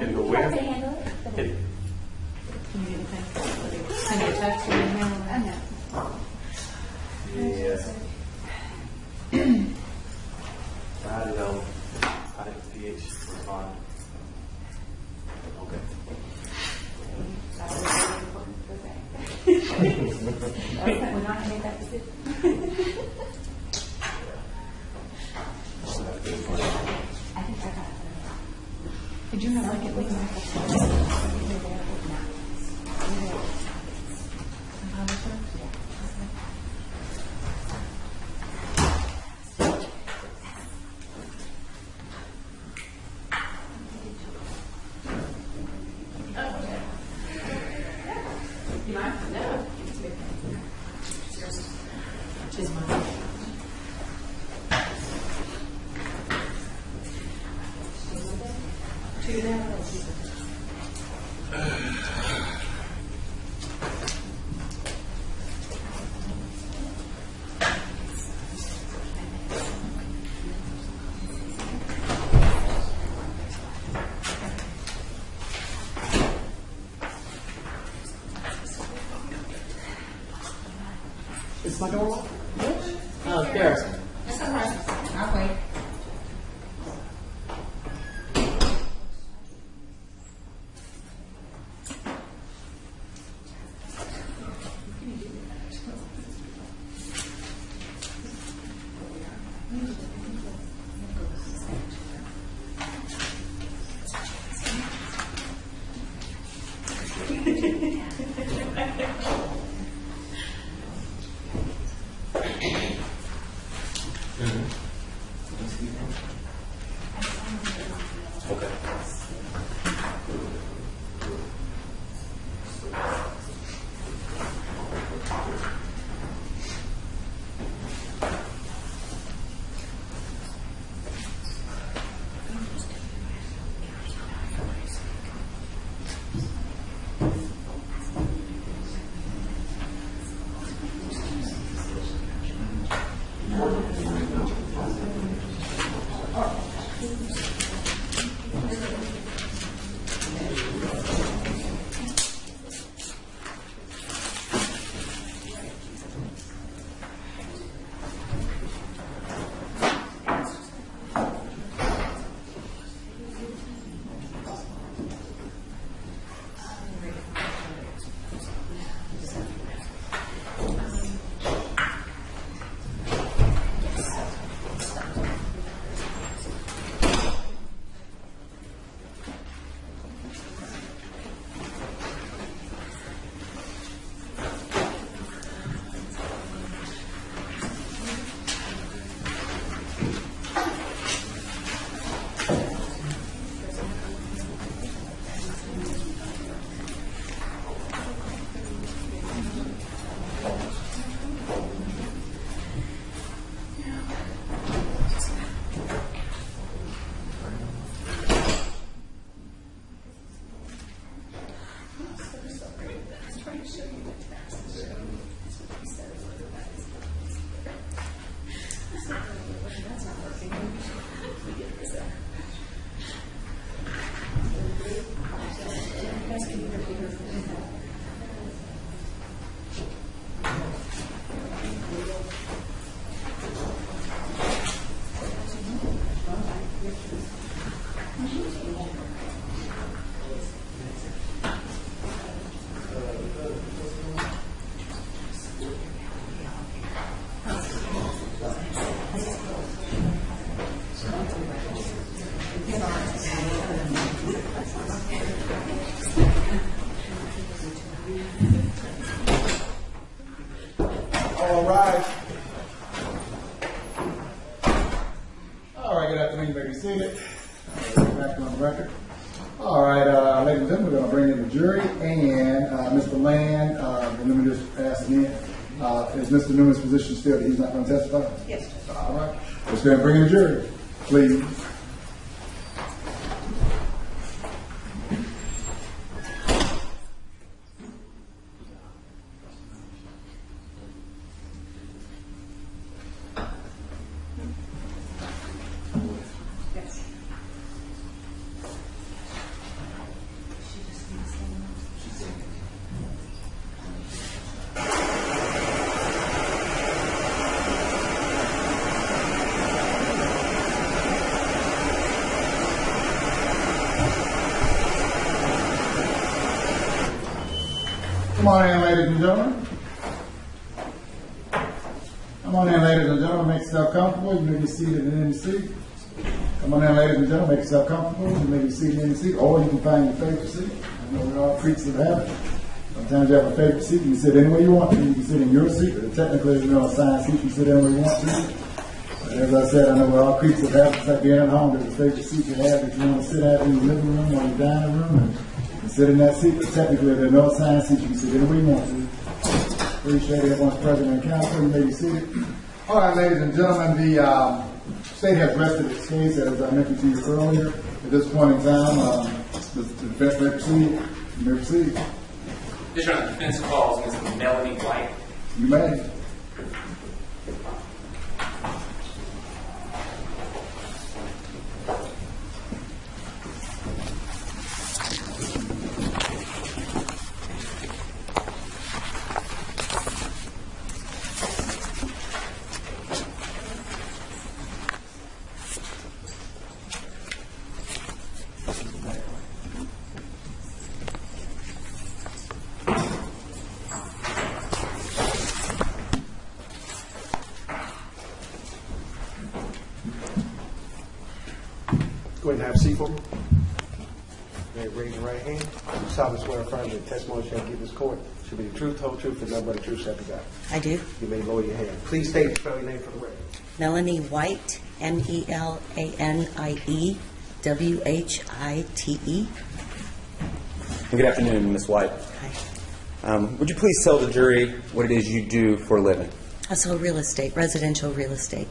where? They handle it. It- Can you think? Send a text or email? I know. Yeah. I don't know. I think PH was fine. Okay. That was really important for that. Okay, we're not gonna make that decision. I think I got it. Did you have like at least? Is my door locked? Oh, there. That's all right. I'll wait. Okay. All right. All right, good afternoon, ladies. Seated. Back on the record. All right, uh, ladies and gentlemen, we're gonna bring in the jury and, uh, Mr. Land, uh, the Newman just asked in. Uh, is Mr. Newman's position still that he's not gonna testify? Yes. All right, let's go ahead and bring in the jury, please. Come on in, ladies and gentlemen. Come on in, ladies and gentlemen, make yourself comfortable, you may be seated in any seat. Come on in, ladies and gentlemen, make yourself comfortable, you may be seated in any seat, or you can find your favorite seat. I know we're all creatures of habit. Sometimes you have a favorite seat, you can sit anywhere you want to, you can sit in your seat, but technically, you know, assigned seat, you can sit anywhere you want to. But As I said, I know we're all creeps of habits, it's like being at home, there's a favorite seat you have, that you wanna sit at in your living room or your dining room, and you can sit in that seat, but technically, there are no assigned seats, you can sit anywhere you want to. Appreciate everyone's present and council, you may be seated. All right, ladies and gentlemen, the, um, state has rested its case, as I mentioned to you earlier. At this point in time, um, the, the defense may proceed, you may proceed, This round of defense calls against Melanie White. you may. Go ahead and have a seat for me. May I raise your right hand. You solemnly swear or affirm that the testimony you shall give this court should be the truth, whole truth, and nothing but the truth, shall be God. I do. You may lower your hand. Please state and spell your name for the record. Melanie White, M E L A N I E W H I T E. Good afternoon, Ms. White. Hi. Um, Would you please tell the jury what it is you do for a living? I sell real estate, residential real estate.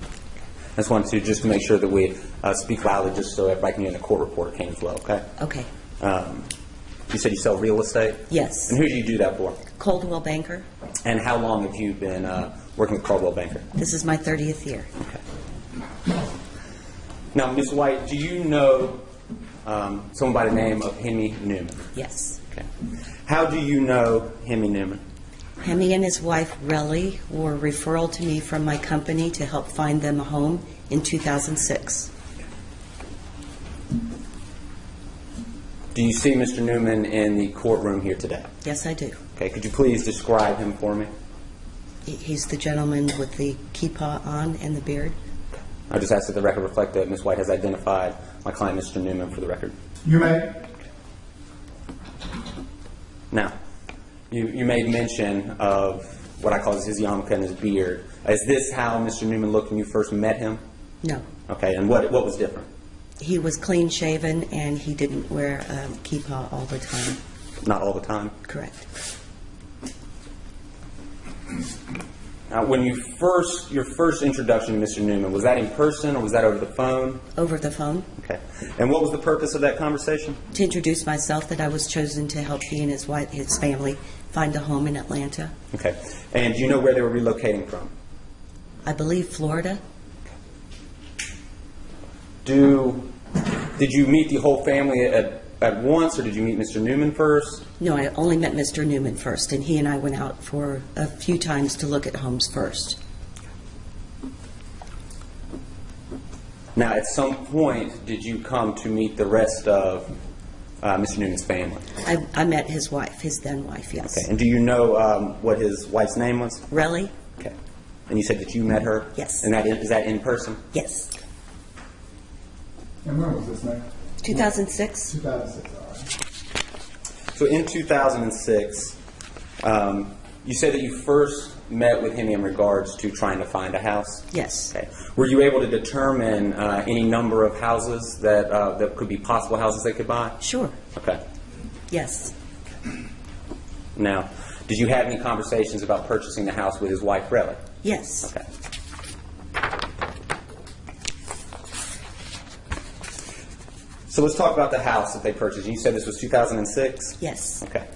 I just wanted to, just to make sure that we uh, speak loudly, just so everybody can hear the court reporter can as well, okay? Okay. Um, You said you sell real estate? Yes. And who do you do that for? Coldwell Banker. And how long have you been uh, working with Caldwell Banker? This is my 30th year. Now, Ms. White, do you know um, someone by the name of Hemi Newman? Yes. Okay. How do you know Hemi Newman? Hemi and his wife, Relly, were referral to me from my company to help find them a home in 2006. Do you see Mr. Newman in the courtroom here today? Yes, I do. Okay, could you please describe him for me? He- He's the gentleman with the kippah on and the beard. I just ask that the record reflect that Ms. White has identified my client, Mr. Newman, for the record. You may. Now, you, you made mention of what I call his yarmulke and his beard. Is this how Mr. Newman looked when you first met him? No, Okay, and what, what was different? he was clean shaven and he didn't wear a kippah all the time. Not all the time. Correct. Now, when you first, your first introduction to Mr. Newman, was that in person or was that over the phone? Over the phone Okay. And what was the purpose of that conversation? to introduce myself that I was chosen to help he and his wife, his family, find a home in Atlanta. Okay. And do you know where they were relocating from? I believe Florida. Do, did you meet the whole family at, at once or did you meet Mr. Newman first? No, I only met Mr. Newman first, and he and I went out for a few times to look at homes first. Now, at some point, did you come to meet the rest of uh, Mr. Newman's family? I, I met his wife, his then wife, yes. Okay. And do you know um, what his wife's name was? Relly? Okay. And you said that you met her? Yes. And that is, is that in person? Yes. Mm-hmm. And when was this, man? 2006? 2006, all right. So in 2006, um, you said that you first met with him in regards to trying to find a house? Yes. Okay. Were you able to determine uh, any number of houses that, uh, that could be possible houses they could buy? Sure. Okay. Yes. Now, did you have any conversations about purchasing the house with his wife, Relly? Yes. Okay. So let's talk about the house that they purchased. You said this was 2006? Yes. Okay.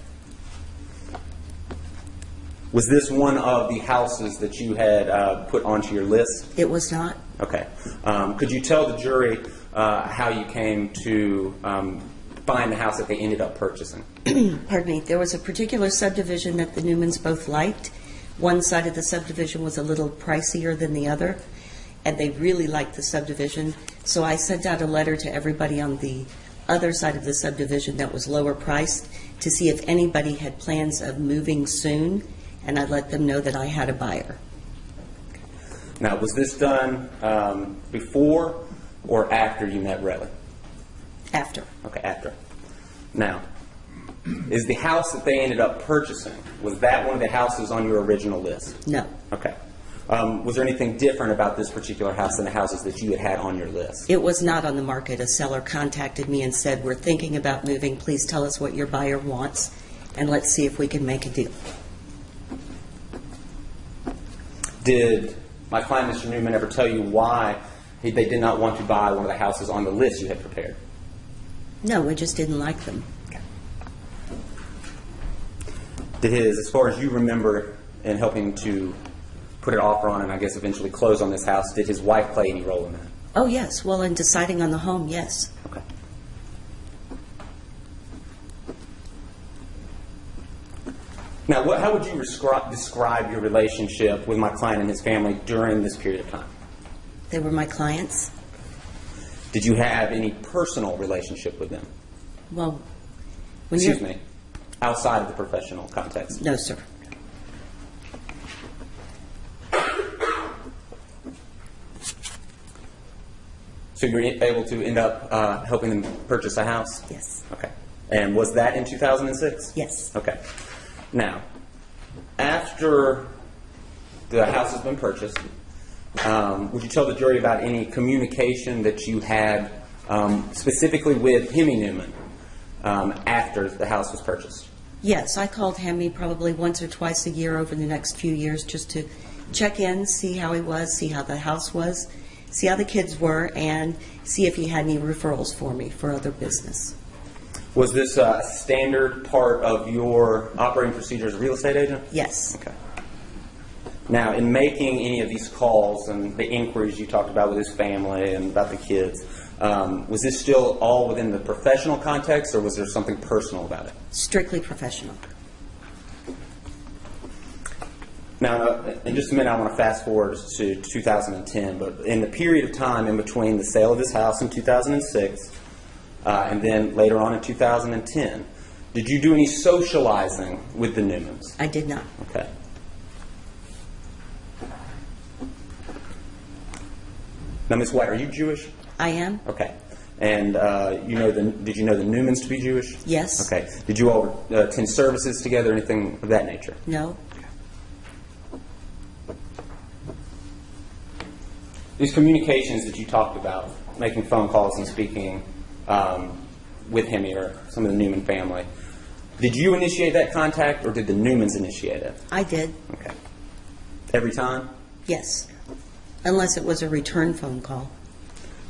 Was this one of the houses that you had uh, put onto your list? It was not? Okay. Um, Could you tell the jury uh, how you came to um, find the house that they ended up purchasing? pardon me, there was a particular subdivision that the Newmans both liked. One side of the subdivision was a little pricier than the other, and they really liked the subdivision. So I sent out a letter to everybody on the other side of the subdivision that was lower priced to see if anybody had plans of moving soon, and I let them know that I had a buyer. Now, was this done um, before or after you met Rutland? After. Okay, after. Now, is the house that they ended up purchasing, was that one of the houses on your original list? No. Okay. Um, Was there anything different about this particular house than the houses that you had had on your list? It was not on the market. A seller contacted me and said, "We're thinking about moving. Please tell us what your buyer wants, and let's see if we can make a deal." Did my client, Mr. Newman, ever tell you why he- they did not want to buy one of the houses on the list you had prepared? No, we just didn't like them. Did his, as far as you remember, in helping to put an offer on and I guess eventually close on this house, did his wife play any role in that? Oh, yes. Well, in deciding on the home, yes. Okay. Now, what, how would you describe, describe your relationship with my client and his family during this period of time? They were my clients. Did you have any personal relationship with them? Well, when you're... Excuse me, outside of the professional context? No, sir. So you were able to end up uh, helping them purchase a house? Yes. Okay. And was that in 2006? Yes. Okay. Now, after the house has been purchased, um, would you tell the jury about any communication that you had um, specifically with Hemi Newman um, after the house was purchased? Yes, I called Hemi probably once or twice a year over the next few years just to check in, see how he was, see how the house was, see how the kids were, and see if he had any referrals for me for other business. Was this a standard part of your operating procedure as a real estate agent? Yes. Okay. Now, in making any of these calls and the inquiries you talked about with his family and about the kids, um, was this still all within the professional context, or was there something personal about it? Strictly professional. Now, uh, in just a minute, I want to fast forward to 2010, but in the period of time in between the sale of this house in 2006 uh, and then later on in 2010, did you do any socializing with the Newmans? I did not. Okay. Now, Ms. White, are you Jewish? I am? Okay. And uh, you know the, did you know the Newmans to be Jewish? Yes. Okay. Did you all uh, attend services together, anything of that nature? No? These communications that you talked about, making phone calls and speaking um, with him or some of the Newman family, did you initiate that contact or did the Newmans initiate it? I did. Okay. Every time? Yes. Unless it was a return phone call.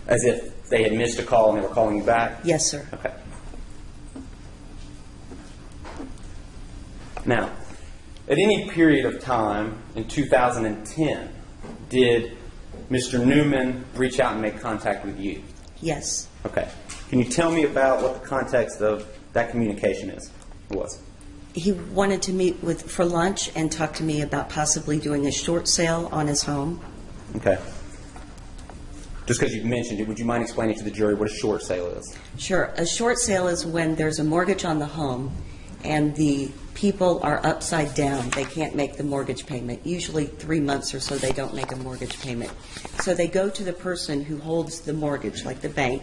As if they had missed a call and they were calling you back? Yes, sir. Okay. Now, at any period of time in 2010, did Mr. Newman reach out and make contact with you? Yes. Okay. Can you tell me about what the context of that communication is? Was He wanted to meet with, for lunch and talk to me about possibly doing a short sale on his home. okay. Just because you've mentioned it, would you mind explaining to the jury what a short sale is? Sure. A short sale is when there's a mortgage on the home and the people are upside down. They can't make the mortgage payment. Usually three months or so they don't make a mortgage payment. So they go to the person who holds the mortgage, like the bank,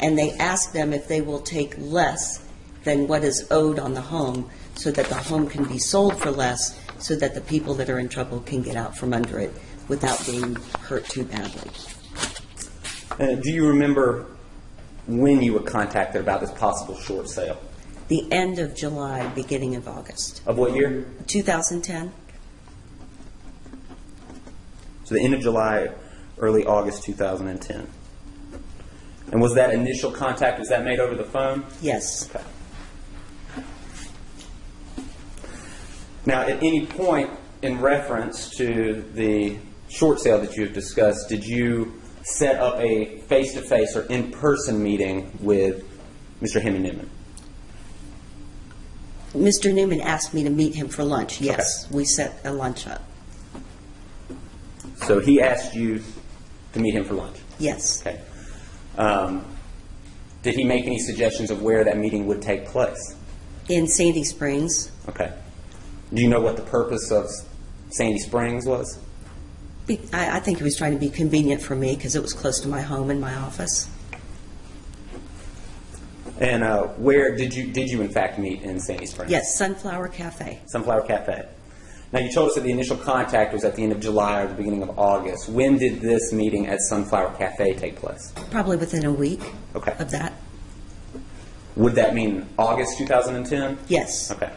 and they ask them if they will take less than what is owed on the home so that the home can be sold for less so that the people that are in trouble can get out from under it without being hurt too badly. Uh, do you remember when you were contacted about this possible short sale? The end of July, beginning of August. Of what year? 2010? So the end of July, early August 2010. And was that initial contact, was that made over the phone? Yes. Now, at any point in reference to the short sale that you have discussed, did you set up a face-to-face or in-person meeting with Mr. Hemi Newman? Mr. Newman asked me to meet him for lunch. Yes, we set a lunch up. So he asked you to meet him for lunch? Yes. Okay. Um, Did he make any suggestions of where that meeting would take place? in Sandy Springs Okay. Do you know what the purpose of Sandy Springs was? Be- I, I think he was trying to be convenient for me because it was close to my home and my office. And uh, where did you did you in fact meet in Sandy Springs? Yes, Sunflower Cafe. Sunflower Cafe. Now you told us that the initial contact was at the end of July or the beginning of August. When did this meeting at Sunflower Cafe take place? Probably within a week Okay. of that. Would that mean August 2010? Yes. Okay.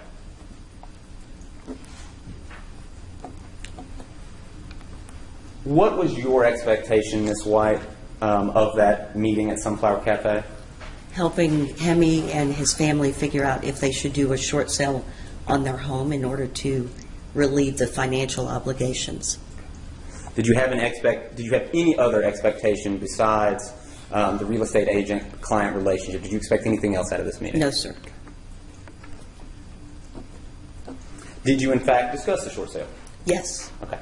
What was your expectation, Ms. White, um, of that meeting at Sunflower Cafe? Helping Hemi and his family figure out if they should do a short sale on their home in order to relieve the financial obligations. Did you have an expect? Did you have any other expectation besides um, the real estate agent client relationship? Did you expect anything else out of this meeting? No, sir. Did you in fact discuss the short sale? Yes. Okay.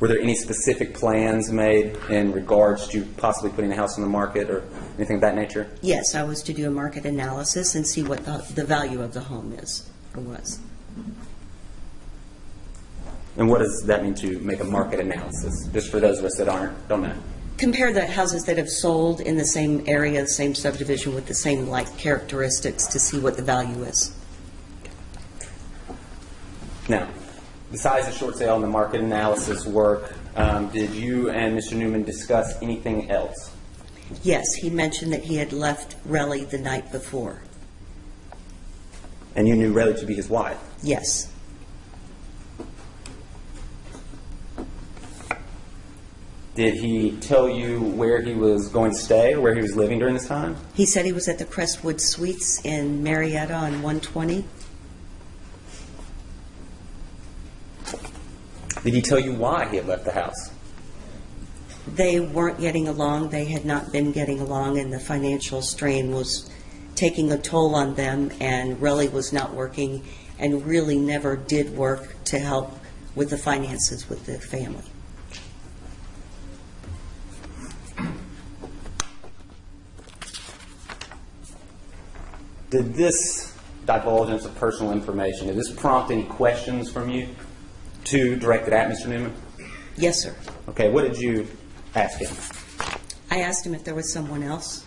Were there any specific plans made in regards to possibly putting the house on the market or anything of that nature? Yes, I was to do a market analysis and see what the, the value of the home is or was. And what does that mean to make a market analysis? Just for those of us that aren't, don't know. compare the houses that have sold in the same area, the same subdivision with the same like characteristics to see what the value is. Now, besides the short sale and the market analysis work, um, did you and Mr. Newman discuss anything else? Yes, he mentioned that he had left Relly the night before. And you knew Rayleigh to be his wife. Yes. Did he tell you where he was going to stay or where he was living during this time? He said he was at the Crestwood Suites in Marietta on 120. Did he tell you why he had left the house? They weren't getting along, they had not been getting along, and the financial strain was taking a toll on them, and Relly was not working and really never did work to help with the finances with the family. Did this divulgence of personal information, did this prompt any questions from you to directed at Mr. Newman? Yes, sir. Okay, what did you ask him? I asked him if there was someone else.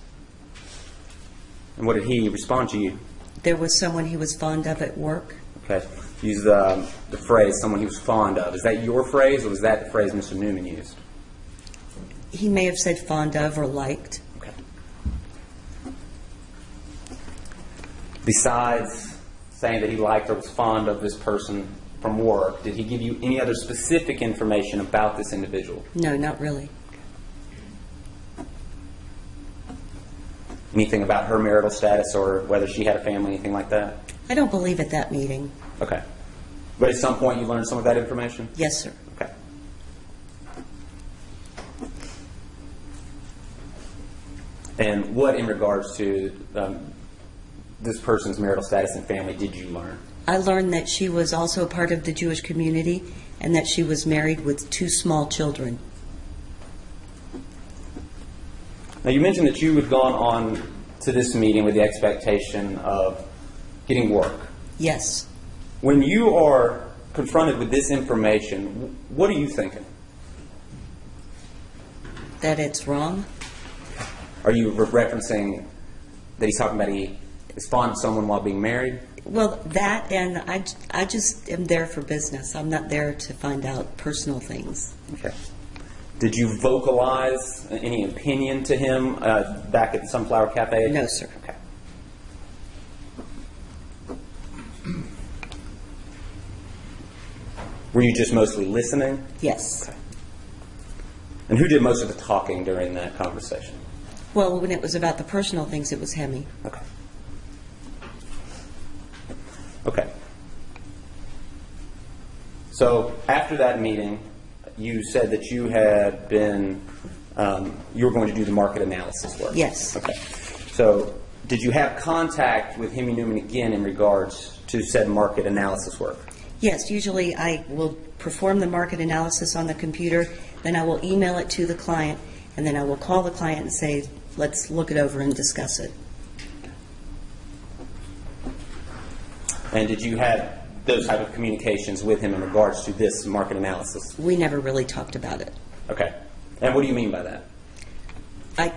And what did he respond to you? There was someone he was fond of at work. Okay, use the, the phrase someone he was fond of. Is that your phrase or was that the phrase Mr. Newman used? He may have said fond of or liked. Okay. Besides saying that he liked or was fond of this person from work, did he give you any other specific information about this individual? No, not really. Anything about her marital status or whether she had a family, anything like that? I don't believe at that meeting. Okay. But at some point you learned some of that information? Yes, sir. Okay. And what in regards to um, this person's marital status and family did you learn? I learned that she was also part of the Jewish community and that she was married with two small children. Now, you mentioned that you had gone on to this meeting with the expectation of getting work. Yes. When you are confronted with this information, wh- what are you thinking? That it's wrong? Are you re- referencing that he's talking about he is fond of someone while being married? Well, that and I, j- I just am there for business. I'm not there to find out personal things. Okay. Did you vocalize any opinion to him uh, back at the Sunflower Cafe? No, sir. Okay. Were you just mostly listening? Yes. And who did most of the talking during that conversation? Well, when it was about the personal things, it was Hemi. Okay. Okay. So after that meeting, you said that you had been, um, you were going to do the market analysis work. Yes. Okay. So did you have contact with Hemi Newman again in regards to said market analysis work? Yes, usually I will perform the market analysis on the computer, then I will email it to the client, and then I will call the client and say, let's look it over and discuss it. And did you have those type of communications with him in regards to this market analysis? We never really talked about it. Okay. And what do you mean by that? I,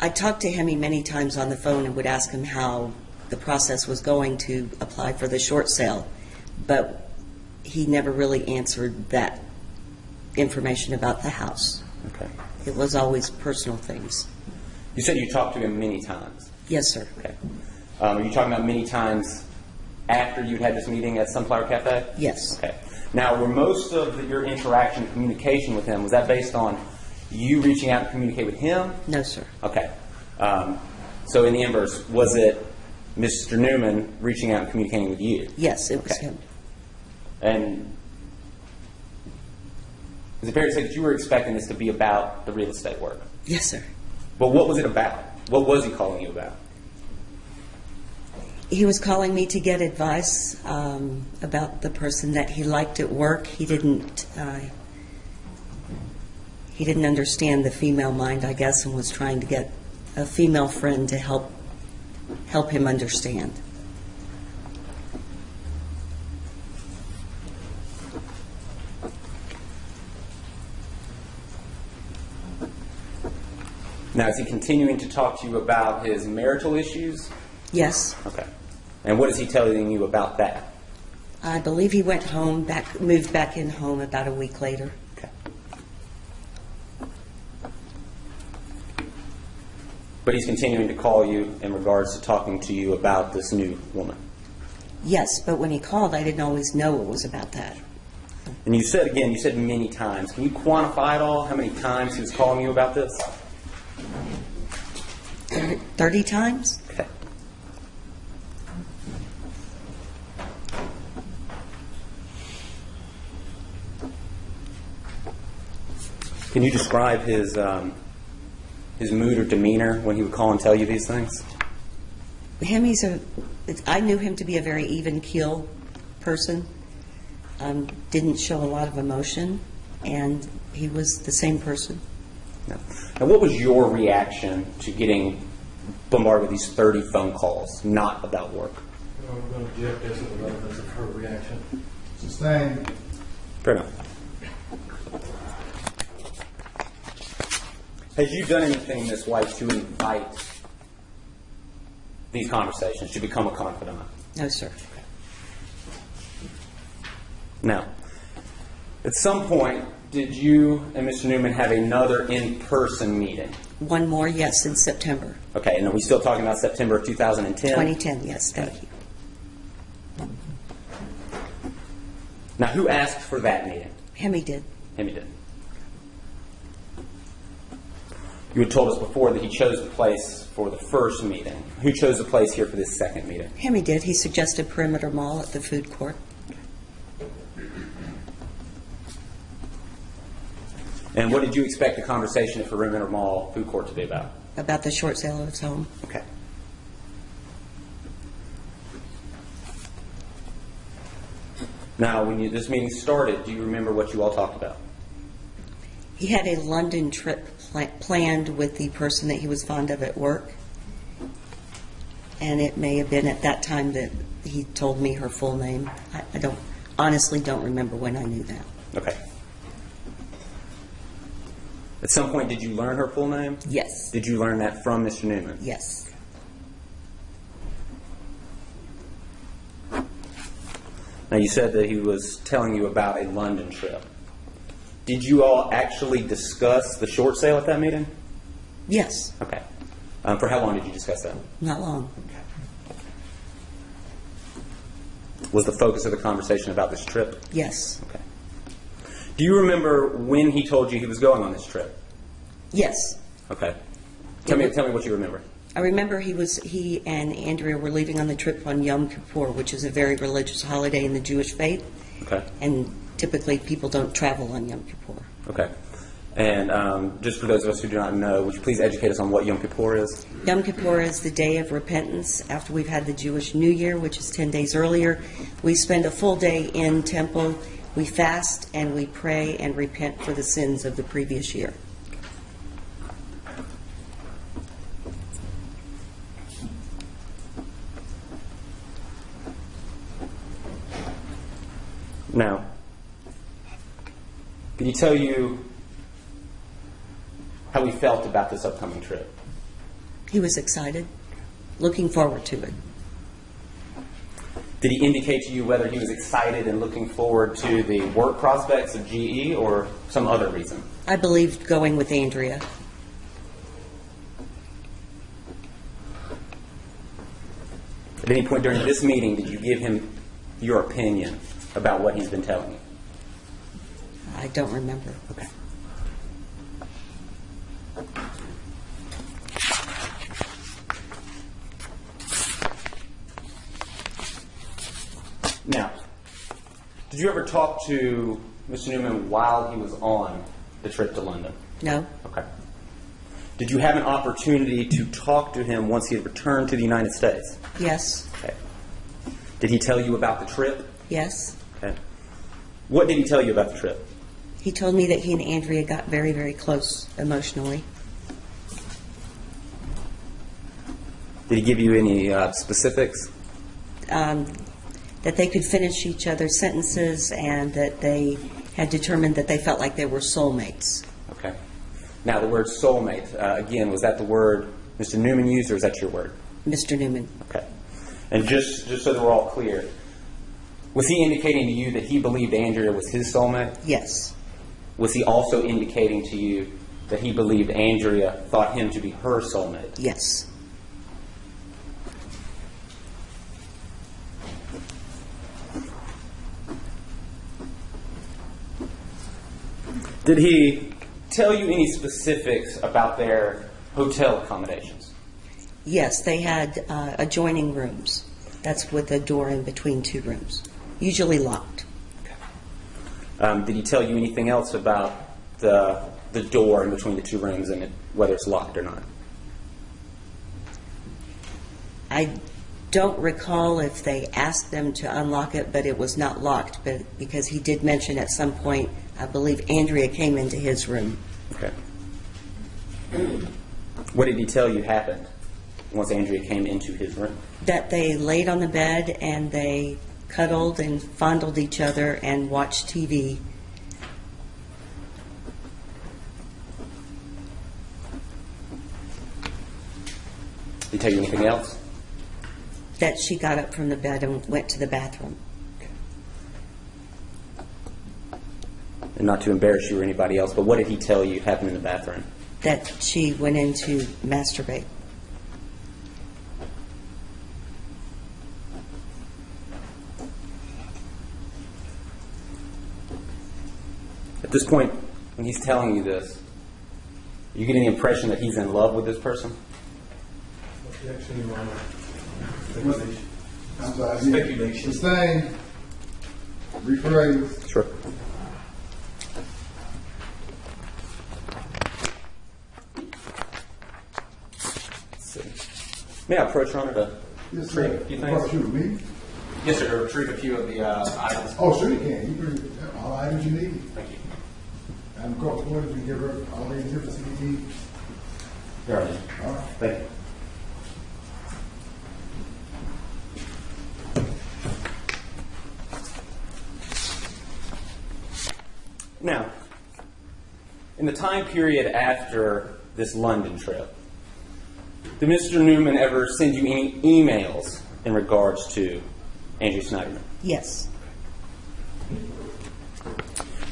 I talked to Hemi many times on the phone and would ask him how the process was going to apply for the short sale, but he never really answered that information about the house. Okay. It was always personal things. You said you talked to him many times. Yes, sir. Okay. Um, are you talking about many times after you'd had this meeting at Sunflower Cafe? Yes. Okay. Now, were most of the- your interaction, communication with him, was that based on you reaching out to communicate with him? No, sir. Okay. Um, so in the inverse, was it Mr. Newman reaching out and communicating with you? Yes, it was Okay. him. And is it fair to say that you were expecting this to be about the real estate work? Yes, sir. But what was it about? What was he calling you about? He was calling me to get advice um, about the person that he liked at work. He didn't. Uh, he didn't understand the female mind, I guess, and was trying to get a female friend to help help him understand. Now, is he continuing to talk to you about his marital issues? Yes, Okay. And what is he telling you about that? I believe he went home back, moved back in home about a week later. Okay. But he's continuing to call you in regards to talking to you about this new woman. Yes, but when he called, I didn't always know it was about that. And you said again, you said many times. Can you quantify at all how many times he was calling you about this? Thirty times? Okay. Can you describe his um, his mood or demeanor when he would call and tell you these things? him he's a it's- i knew him to be a very even keel person um, didn't show a lot of emotion and he was the same person No. And what was your reaction to getting bombarded with these 30 phone calls, not about work? I'm going to object as to the relevance of her reaction. Sustained. Fair enough. Has you done anything, Miss White, to invite these conversations, to become a confidant? no sir Now, at some point, did you and Mr. Newman have another in-person meeting? one more yes in september Okay, and are we still talking about September of 2010? 2010 yes thank you Now, who asked for that meeting? him he did Him he did. You had told us before that he chose the place for the first meeting. Who chose the place here for this second meeting? him he did he suggested perimeter mall at the food court And what did you expect the conversation at Perimeter Mall Food Court to be about? about the short sale of his home Okay. Now, when you, this meeting started, do you remember what you all talked about? he had a london trip pla- planned with the person that he was fond of at work and it may have been at that time that he told me her full name. I, I don't honestly don't remember when I knew that. Okay. At some point, did you learn her full name? Yes. Did you learn that from Mr. Newman? Yes. Now, you said that he was telling you about a London trip. Did you all actually discuss the short sale at that meeting? Yes. Okay. Um, for how long did you discuss that? Not long. Was the focus of the conversation about this trip? Yes. Okay. Do you remember when he told you he was going on this trip? Yes. Okay. Tell me, tell me what you remember. I remember he was he and Andrea were leaving on the trip on Yom Kippur, which is a very religious holiday in the Jewish faith, Okay. and typically people don't travel on Yom Kippur. Okay. And um, just for those of us who do not know, would you please educate us on what Yom Kippur is? Yom Kippur is the day of repentance after we've had the Jewish New Year, which is 10 days earlier. We spend a full day in temple. We fast and we pray and repent for the sins of the previous year. Now, did he tell you how he felt about this upcoming trip? He was excited, looking forward to it. Did he indicate to you whether he was excited and looking forward to the work prospects of GE or some other reason? I believed going with Andrea. At any point during this meeting, did you give him your opinion about what he's been telling you? I don't remember. Okay. Now, did you ever talk to Mr. Newman while he was on the trip to London? No, Okay. Did you have an opportunity to talk to him once he had returned to the United States? yes, Okay. Did he tell you about the trip? yes. Okay. What did he tell you about the trip? He told me that he and Andrea got very, very close emotionally. Did he give you any uh, specifics? um, that they could finish each other's sentences and that they had determined that they felt like they were soulmates. Okay. Now, the word soulmate, uh, again, was that the word Mr. Newman used, or is that your word? Mr. Newman, Okay. And just, just so that we're all clear, was he indicating to you that he believed Andrea was his soulmate? yes, Was he also indicating to you that he believed Andrea thought him to be her soulmate? yes. Did he tell you any specifics about their hotel accommodations? Yes, they had uh, adjoining rooms. That's with a door in between two rooms, usually locked. Um, did he tell you anything else about the, the door in between the two rooms and it, whether it's locked or not? I don't recall if they asked them to unlock it, but it was not locked. But because he did mention at some point, I believe Andrea came into his room. Okay. What did he tell you happened once Andrea came into his room? that they laid on the bed and they cuddled and fondled each other and watched TV. Did he tell you anything else? That she got up from the bed and went to the bathroom. And not to embarrass you or anybody else, but what did he tell you happened in the bathroom? That she went in to masturbate. At this point, when he's telling you this, you get any impression that he's in love with this person? Objection, Your Honor. Speculation. I'm sorry. Speculation. Sustain, rephrase. Sure. Let's see. May I approach, Your Honor, to Yes, retrieve sir. a few What things? you, me? Yes, sir, to retrieve a few of the uh, items. Oh, sure you can. You bring all items you need. Thank you. And of course, what if you give her all the exhibits you need? Your Honor. All right. Thank you. Now, in the time period after this London trip, did Mr. Newman ever send you any emails in regards to Andrew Snyderman? Yes,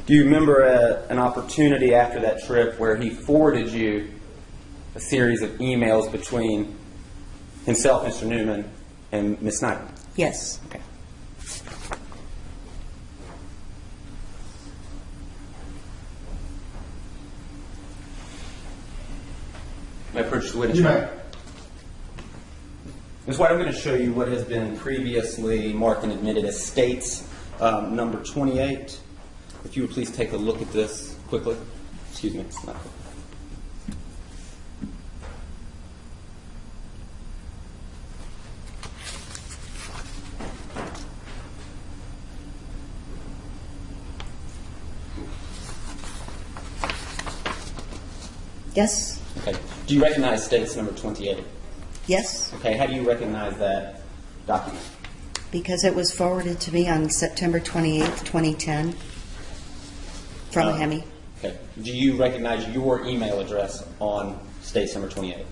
Do you remember a, an opportunity after that trip where he forwarded you a series of emails between himself, Mr. Newman, and Ms. Snyder? yes. Okay. May I approach the witness? You may. Ms. White, I'm going to show you what has been previously marked and admitted as states um, number 28. If you would please take a look at this quickly. Excuse me. it's not- Yes, Okay. Do you recognize states number 28? yes. Okay. How do you recognize that document? because it was forwarded to me on September 28th, 2010, Oh. from Hemi. Okay. Do you recognize your email address on State Summer 28?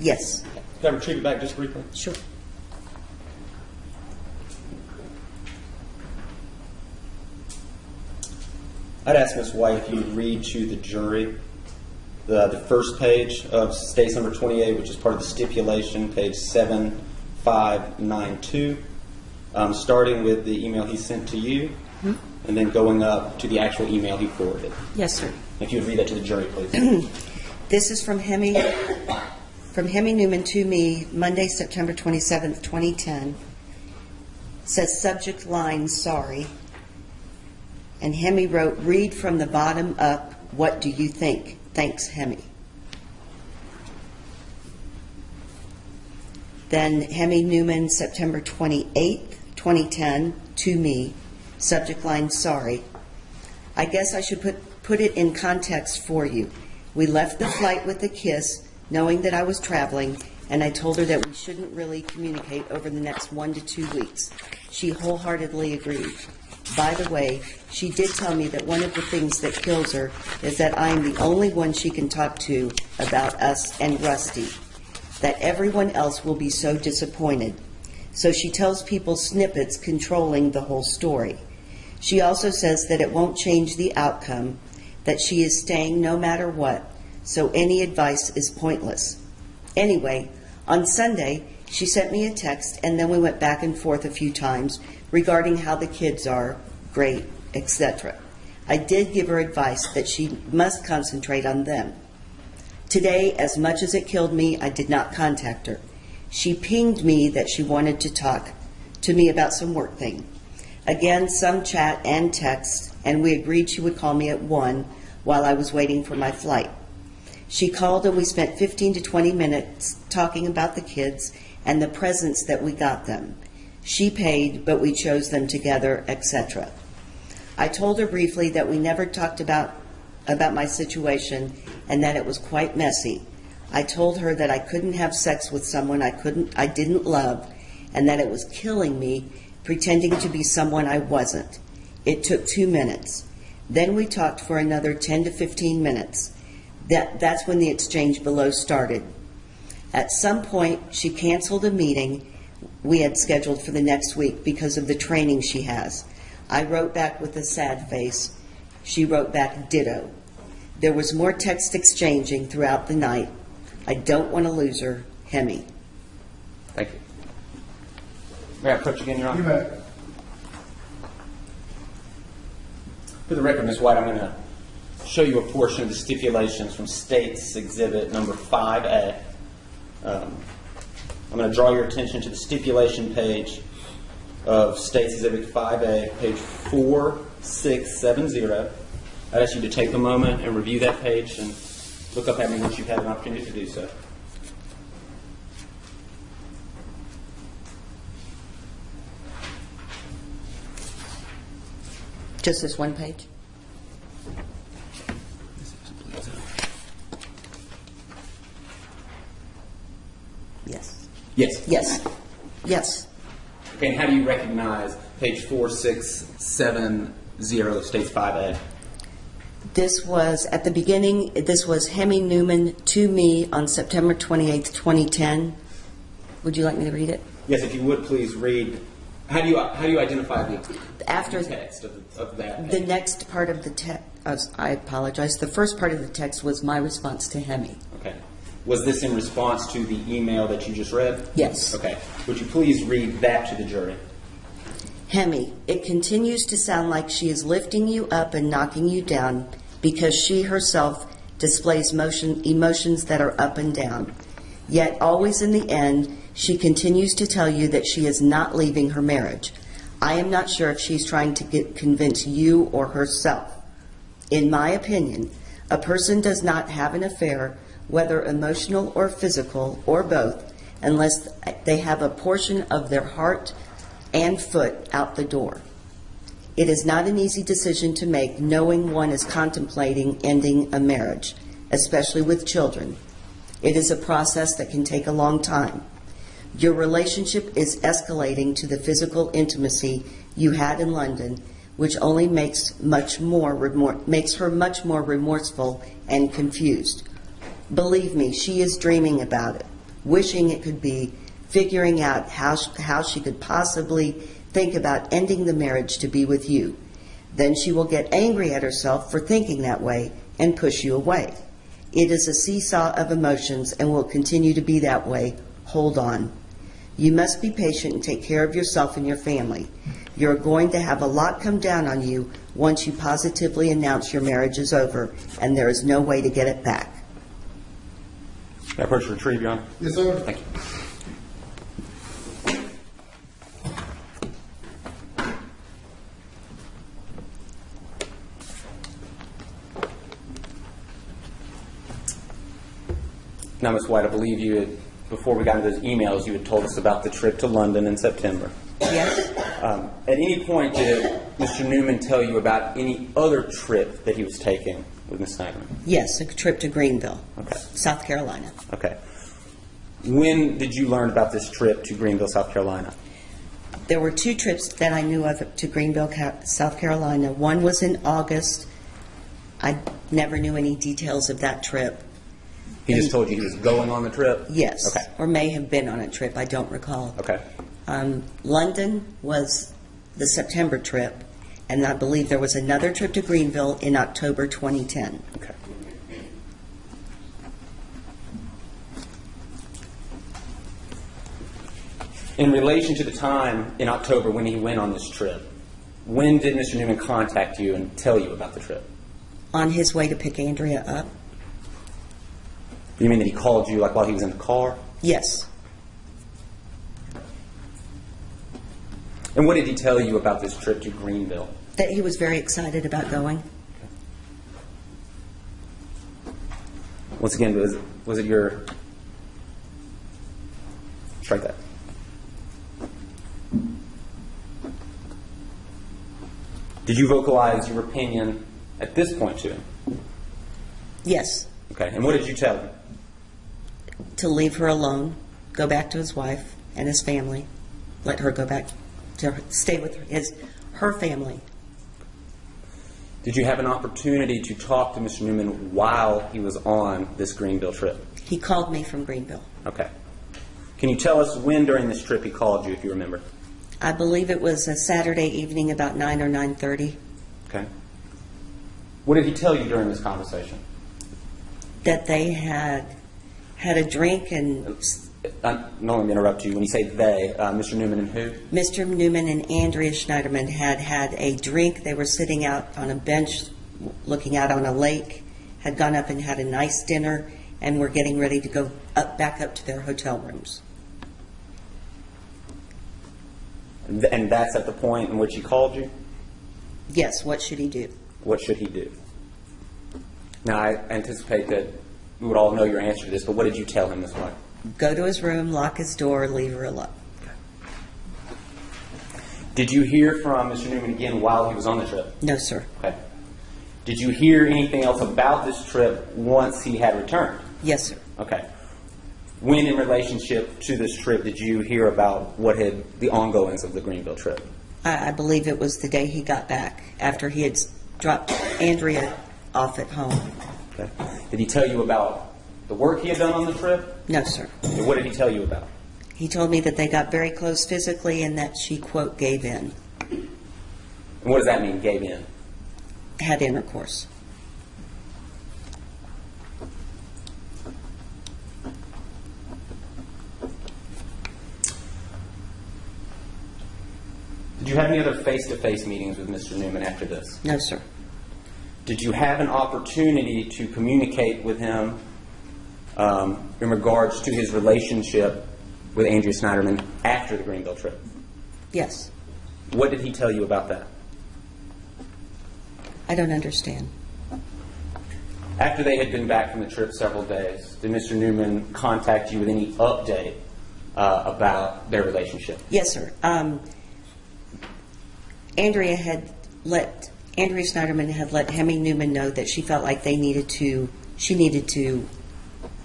Yes, Can I retrieve it back just briefly? sure. I'd ask Ms. White if you would read to the jury the, the first page of State's Number 28, which is part of the stipulation, page 7592, um, starting with the email he sent to you, Mm-hmm. and then going up to the actual email he forwarded. Yes, sir. If you would read that to the jury, please. This is from Hemi, from Hemi Newman to me, Monday, September 27th, 2010. Says subject line, sorry. And Hemi wrote, read from the bottom up, what do you think? Thanks, Hemi. Then Hemi Newman, September 28th, 2010, to me, subject line, sorry. I guess I should put, put it in context for you. We left the flight with a kiss, knowing that I was traveling, and I told her that we shouldn't really communicate over the next one to two weeks. She wholeheartedly agreed. By the way, she did tell me that one of the things that kills her is that I am the only one she can talk to about us and Rusty, that everyone else will be so disappointed. So she tells people snippets controlling the whole story. She also says that it won't change the outcome, that she is staying no matter what, so any advice is pointless. Anyway, on Sunday, she sent me a text, and then we went back and forth a few times regarding how the kids are, great, etc. I did give her advice that she must concentrate on them. Today, as much as it killed me, I did not contact her. She pinged me that she wanted to talk to me about some work thing. Again, some chat and text, and we agreed she would call me at 1 while I was waiting for my flight. She called and we spent 15 to 20 minutes talking about the kids and the presents that we got them. She paid, but we chose them together, etc. I told her briefly that we never talked about, about my situation and that it was quite messy. I told her that I couldn't have sex with someone I couldn't, I didn't love and that it was killing me pretending to be someone I wasn't. It took two minutes. Then we talked for another 10 to 15 minutes. That, that's when the exchange below started. At some point, she canceled a meeting we had scheduled for the next week because of the training she has. I wrote back with a sad face. She wrote back ditto. There was more text exchanging throughout the night. I don't want to lose her, Hemi. Thank you. May I approach again, Your Honor? You may. For the record, Ms. White, I'm going to show you a portion of the stipulations from State's Exhibit Number 5A. Um, I'm going to draw your attention to the stipulation page of State's Exhibit 5A, page 4670. I'd ask you to take a moment and review that page and look up at me once you've had an opportunity to do so. Just this one page? Yes, Yes. yes, yes. Okay, and how do you recognize page 4670 of State's 5A? This was, at the beginning, this was Hemi Newman to me on September 28th, 2010. Would you like me to read it? Yes, if you would please read. How do you how do you identify the After- text of, of that? The next part of the text, I apologize, the first part of the text was my response to Hemi. okay. Was this in response to the email that you just read? Yes. Okay. Would you please read that to the jury? Hemi, it continues to sound like she is lifting you up and knocking you down because she herself displays motion, emotions that are up and down. Yet, always in the end, she continues to tell you that she is not leaving her marriage. I am not sure if she's trying to get, convince you or herself. In my opinion, a person does not have an affair, whether emotional or physical or both, unless they have a portion of their heart and foot out the door. It is not an easy decision to make knowing one is contemplating ending a marriage, especially with children. It is a process that can take a long time. Your relationship is escalating to the physical intimacy you had in London, which only makes much more remor- makes her much more remorseful and confused. Believe me, she is dreaming about it, wishing it could be, figuring out how sh- how she could possibly think about ending the marriage to be with you. Then she will get angry at herself for thinking that way and push you away. It is a seesaw of emotions and will continue to be that way. Hold on. You must be patient and take care of yourself and your family. You're going to have a lot come down on you once you positively announce your marriage is over and there is no way to get it back. Can I approach the retrieve, Your Honor? Yes, sir. Thank you. Now, Ms. White, I believe you had, before we got into those emails, you had told us about the trip to London in September. Yes? Um, At any point, did Mr. Newman tell you about any other trip that he was taking with Ms. Snyderman? Yes, a trip to Greenville, Okay. South Carolina. Okay. When did you learn about this trip to Greenville, South Carolina? There were two trips that I knew of to Greenville, Ca- South Carolina. One was in August. I never knew any details of that trip. He just told you he was going on the trip? Yes. Okay. Or may have been on a trip, I don't recall. Okay. Um, London was the September trip, and I believe there was another trip to Greenville in October 2010. Okay. In relation to the time in October when he went on this trip, when did Mr. Newman contact you and tell you about the trip? On his way to pick Andrea up? You mean that he called you like while he was in the car? Yes. And what did he tell you about this trip to Greenville? That he was very excited about going? Once again, was, was it your. Strike that. Did you vocalize your opinion at this point to him? Yes. Okay, and what did you tell him? To leave her alone, go back to his wife and his family, let her go back to her, stay with his, her family. Did you have an opportunity to talk to Mr. Newman while he was on this Greenville trip? He called me from Greenville. Okay. Can you tell us when during this trip he called you, if you remember? I believe it was a Saturday evening about 9 or 9:30. Okay. What did he tell you during this conversation? that they had had a drink and s- I'm not going to interrupt you. When you say they, uh, Mr. Newman and who? Mr. Newman and Andrea Schneiderman had had a drink. They were sitting out on a bench w- looking out on a lake, had gone up and had a nice dinner, and were getting ready to go up back up to their hotel rooms. Th- And that's at the point in which he called you? Yes, what should he do? What should he do? Now, I anticipate that we would all know your answer to this, but what did you tell him this morning? Go to his room, lock his door, leave her alone. Did you hear from Mr. Newman again while he was on the trip? No, sir. Okay. Did you hear anything else about this trip once he had returned? Yes, sir. Okay. When in relationship to this trip did you hear about what had the ongoings of the Greenville trip? I, I believe it was the day he got back after he had s- dropped Andrea off at home. Okay. Did he tell you about the work he had done on the trip? No, sir. And What did he tell you about? He told me that they got very close physically and that she, quote, gave in, And what does that mean, gave in? had intercourse. Did you have any other face-to-face meetings with Mr. Newman after this? No, sir. Did you have an opportunity to communicate with him um, in regards to his relationship with Andrea Snyderman after the Greenville trip? Yes. What did he tell you about that? I don't understand. After they had been back from the trip several days, did Mr. Newman contact you with any update uh, about their relationship? Yes, sir. Um, Andrea had let, Andrea Schneiderman had let Hemi Newman know that she felt like they needed to, she needed to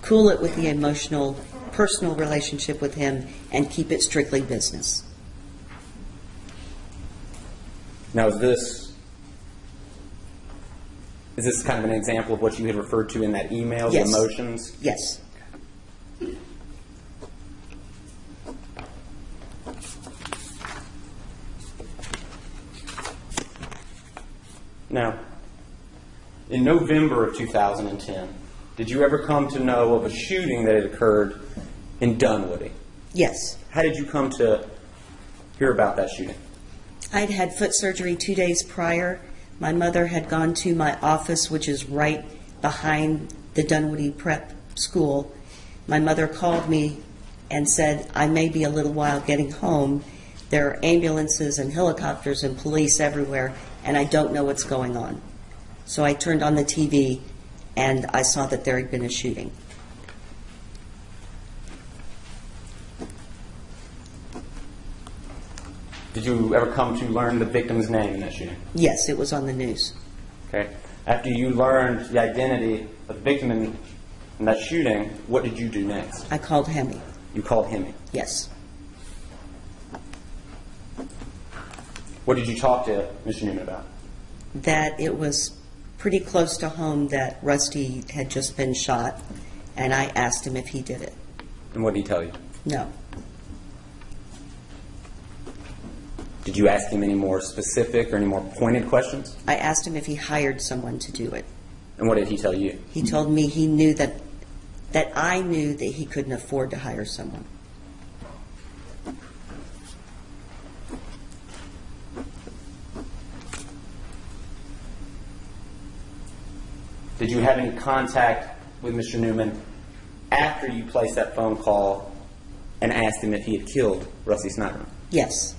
cool it with the emotional, personal relationship with him and keep it strictly business. Now, is this, is this kind of an example of what you had referred to in that email, the Yes. emotions? Yes. Now, in November of 2010, did you ever come to know of a shooting that had occurred in Dunwoody? Yes. How did you come to hear about that shooting? I'd had foot surgery two days prior. My mother had gone to my office, which is right behind the Dunwoody Prep School. My mother called me and said, I may be a little while getting home. There are ambulances and helicopters and police everywhere, and I don't know what's going on. So I turned on the TV and I saw that there had been a shooting. Did you ever come to learn the victim's name in that shooting? Yes, it was on the news. Okay. After you learned the identity of the victim in, in that shooting, what did you do next? I called Hemi. You called Hemi. Yes. What did you talk to Mr. Newman about? that it was pretty close to home that Rusty had just been shot, and I asked him if he did it. And what did he tell you? No, Did you ask him any more specific or any more pointed questions? I asked him if he hired someone to do it. And what did he tell you? He told me he knew that that I knew that he couldn't afford to hire someone. Did you have any contact with Mr. Newman after you placed that phone call and asked him if he had killed Rusty Snyder? Yes.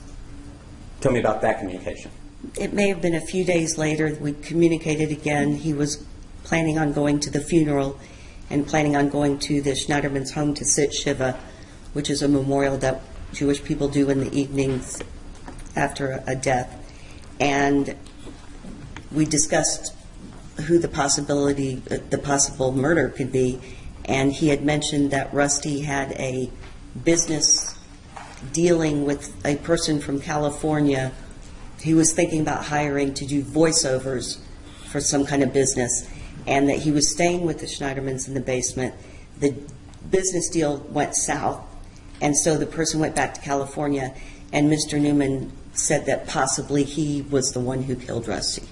Tell me about that communication. It may have been a few days later. We communicated again. He was planning on going to the funeral and planning on going to the Schneiderman's home to sit Shiva, which is a memorial that Jewish people do in the evenings after a death. And we discussed who the possibility, the possible murder could be, and he had mentioned that Rusty had a business dealing with a person from California he was thinking about hiring to do voiceovers for some kind of business, and that he was staying with the Schneidermans in the basement. The business deal went south, and so the person went back to California, and Mr. Newman said that possibly he was the one who killed Rusty.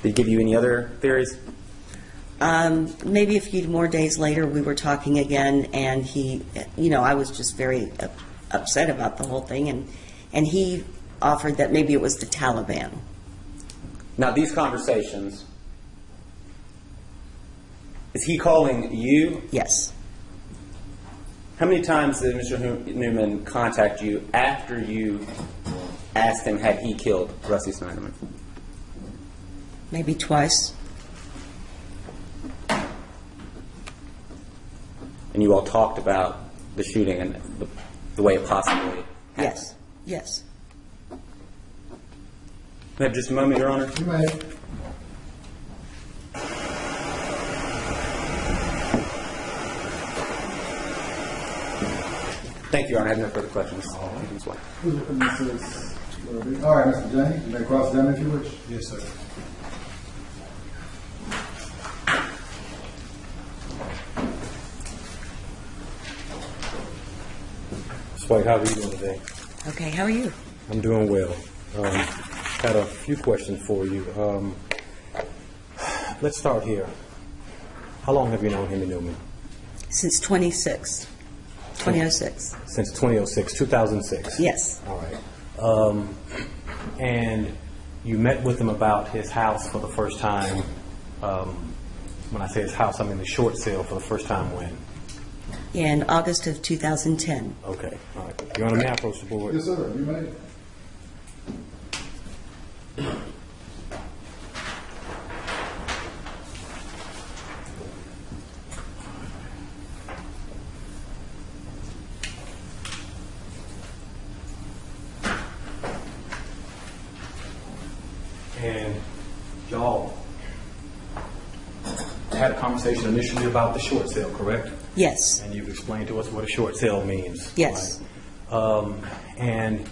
Did he give you any other theories? Um, maybe a few more days later, we were talking again, and he, you know, I was just very up- upset about the whole thing, and, and he offered that maybe it was the Taliban. Now, these conversations, is he calling you? Yes. How many times did Mr. New- Newman contact you after you asked him had he killed Rusty Snyderman? Maybe twice. And you all talked about the shooting and the, the way it possibly happened. Yes, yes. Can I have just a moment, Your Honor? You may. Thank you, Your Honor. I have no further questions. Thank you, Mr. White. All right, Mr. James, you may cross them if you wish. Yes, sir. Spike, how are you doing today? Okay, how are you? I'm doing well. Um, had a few questions for you. Um, let's start here. How long have you known Henry Newman? Since 26, 2006. Since 2006, 2006. Yes, All right. Um, and you met with him about his house for the first time. Um, when I say his house, I mean the short sale for the first time when. in August of 2010. Okay. All right. Your Honor, may I approach the board? Yes, sir, you may. And y'all had had a conversation initially about the short sale, correct? Yes. And you've explained to us what a short sale means. Yes. right? Um, And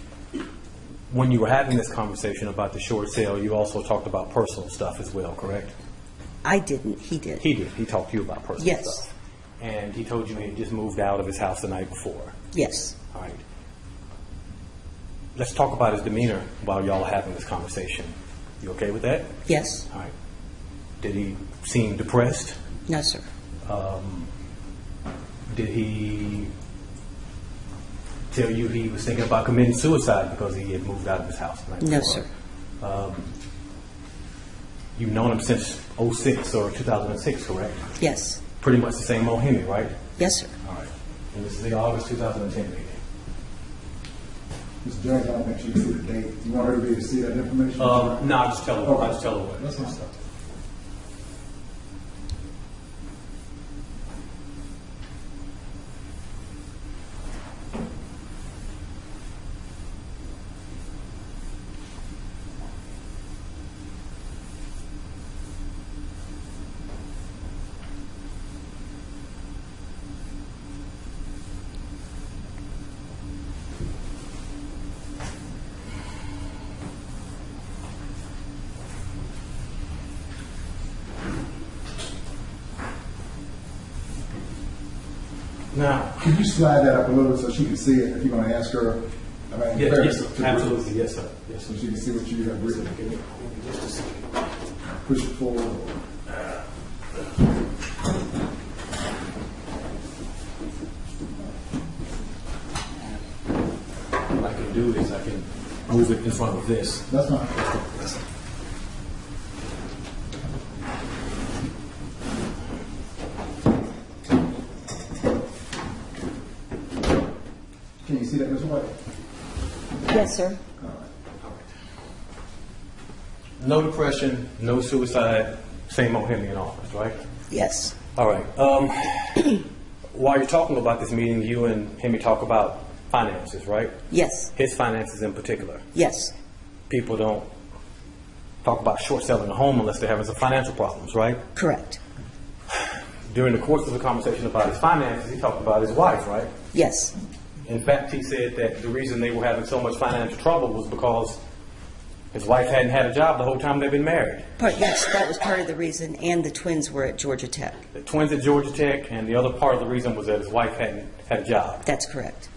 when you were having this conversation about the short sale, you also talked about personal stuff as well, correct? I didn't, he did. He did, he talked to you about personal Yes. stuff. And he told you he had just moved out of his house the night before. Yes. All right. Let's talk about his demeanor while y'all are having this conversation. You okay with that? Yes. All right. Did he seem depressed? No, sir. Um, did he tell you he was thinking about committing suicide because he had moved out of his house? the night No, before? sir. Um, you've known him since 06 or 2006, correct? Yes. Pretty much the same old Henry, right? Yes, sir. All right. And this is the August 2010 meeting. Mr. Jones, I don't think she can see the date. You want her to be able to see that information? Um, no, I'll just tell him. I'll just tell him what. it is. That's my stuff. Now, Could you slide that up a little so she can see it if you're going to ask her about yes, embarrassment? yes, absolutely, yes, sir. Yes, So sir. she can see what you have written. Push it forward. What I can do is I can move it in front of this. That's not. Can you see that, Mr. White? Yes, sir. No depression, no suicide, same old Henry in office, right? Yes. All right. Um, while you're talking about this meeting, you and Henry talk about finances, right? Yes. His finances in particular. Yes. People don't talk about short selling a home unless they're having some financial problems, right? Correct. During the course of the conversation about his finances, he talked about his wife, right? Yes. In fact, he said that the reason they were having so much financial trouble was because his wife hadn't had a job the whole time they've been married. Part, yes, that was part of the reason, and the twins were at Georgia Tech. The twins at Georgia Tech, and the other part of the reason was that his wife hadn't had a job. That's correct.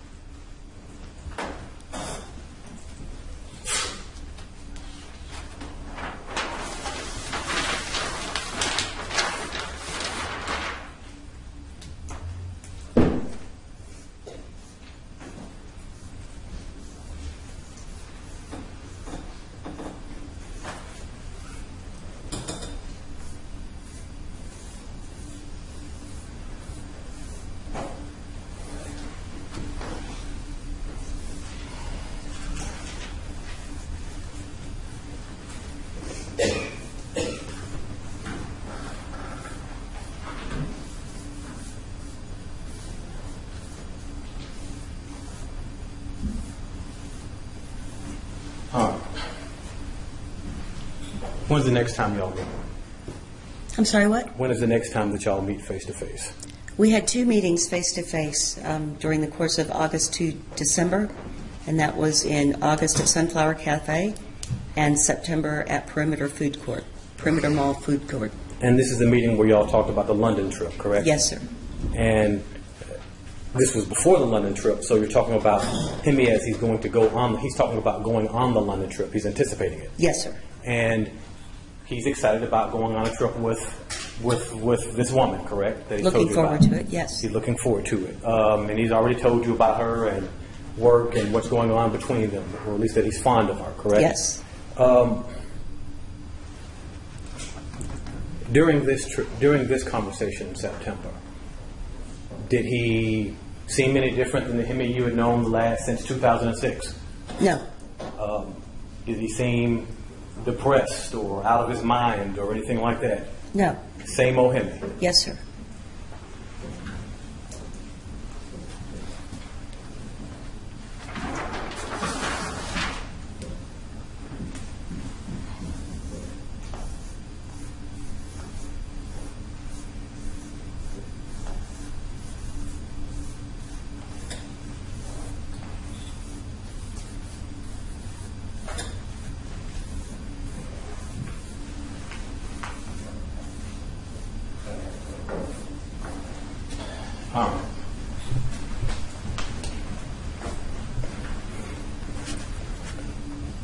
When's the next time y'all meet? I'm sorry, what? When is the next time that y'all meet face to face? We had two meetings face to face um, during the course of August to December, and that was in August at Sunflower Cafe and September at Perimeter Food Court, Perimeter Mall Food Court. And this is the meeting where y'all talked about the London trip, correct? Yes, sir. And this was before the London trip, so you're talking about him as he's going to go on, he's talking about going on the London trip. He's anticipating it. Yes, sir. And he's excited about going on a trip with, with, with this woman, correct? That he told Looking you forward about. to it, yes. He's looking forward to it. Um, and he's already told you about her and work and what's going on between them, or at least that he's fond of her, correct? Yes. Um, during this tri- during this conversation in September, did he seem any different than the him you had known the last since 2006? No, Um, did he seem depressed or out of his mind or anything like that? no. Same old Hemi. Yes, sir.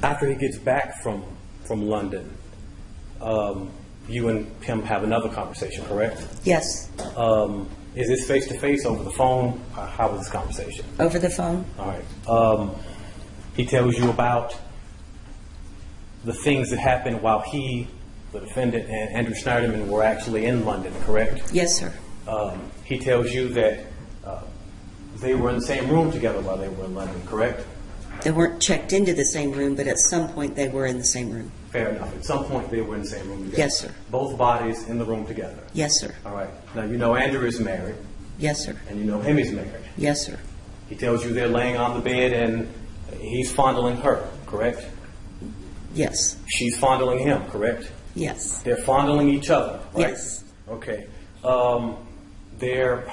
After he gets back from, from London, um, you and him have another conversation, correct? Yes, Um, is this face to face over the phone? How- How was this conversation? over the phone? All right. Um, he tells you about the things that happened while he, the defendant, and Andrew Schneiderman were actually in London, correct? Yes, sir. Um, he tells you that uh, they were in the same room together while they were in London, correct? They weren't checked into the same room, but at some point they were in the same room. Fair enough. At some point, they were in the same room together. Yes, sir. Both bodies in the room together. Yes, sir. All right. Now, you know Andrew is married, Yes, sir. and you know him is married. Yes, sir. He tells you they're laying on the bed and he's fondling her, correct? Yes. She's fondling him, correct? Yes. They're fondling each other, right? Yes. Okay. Um, they're,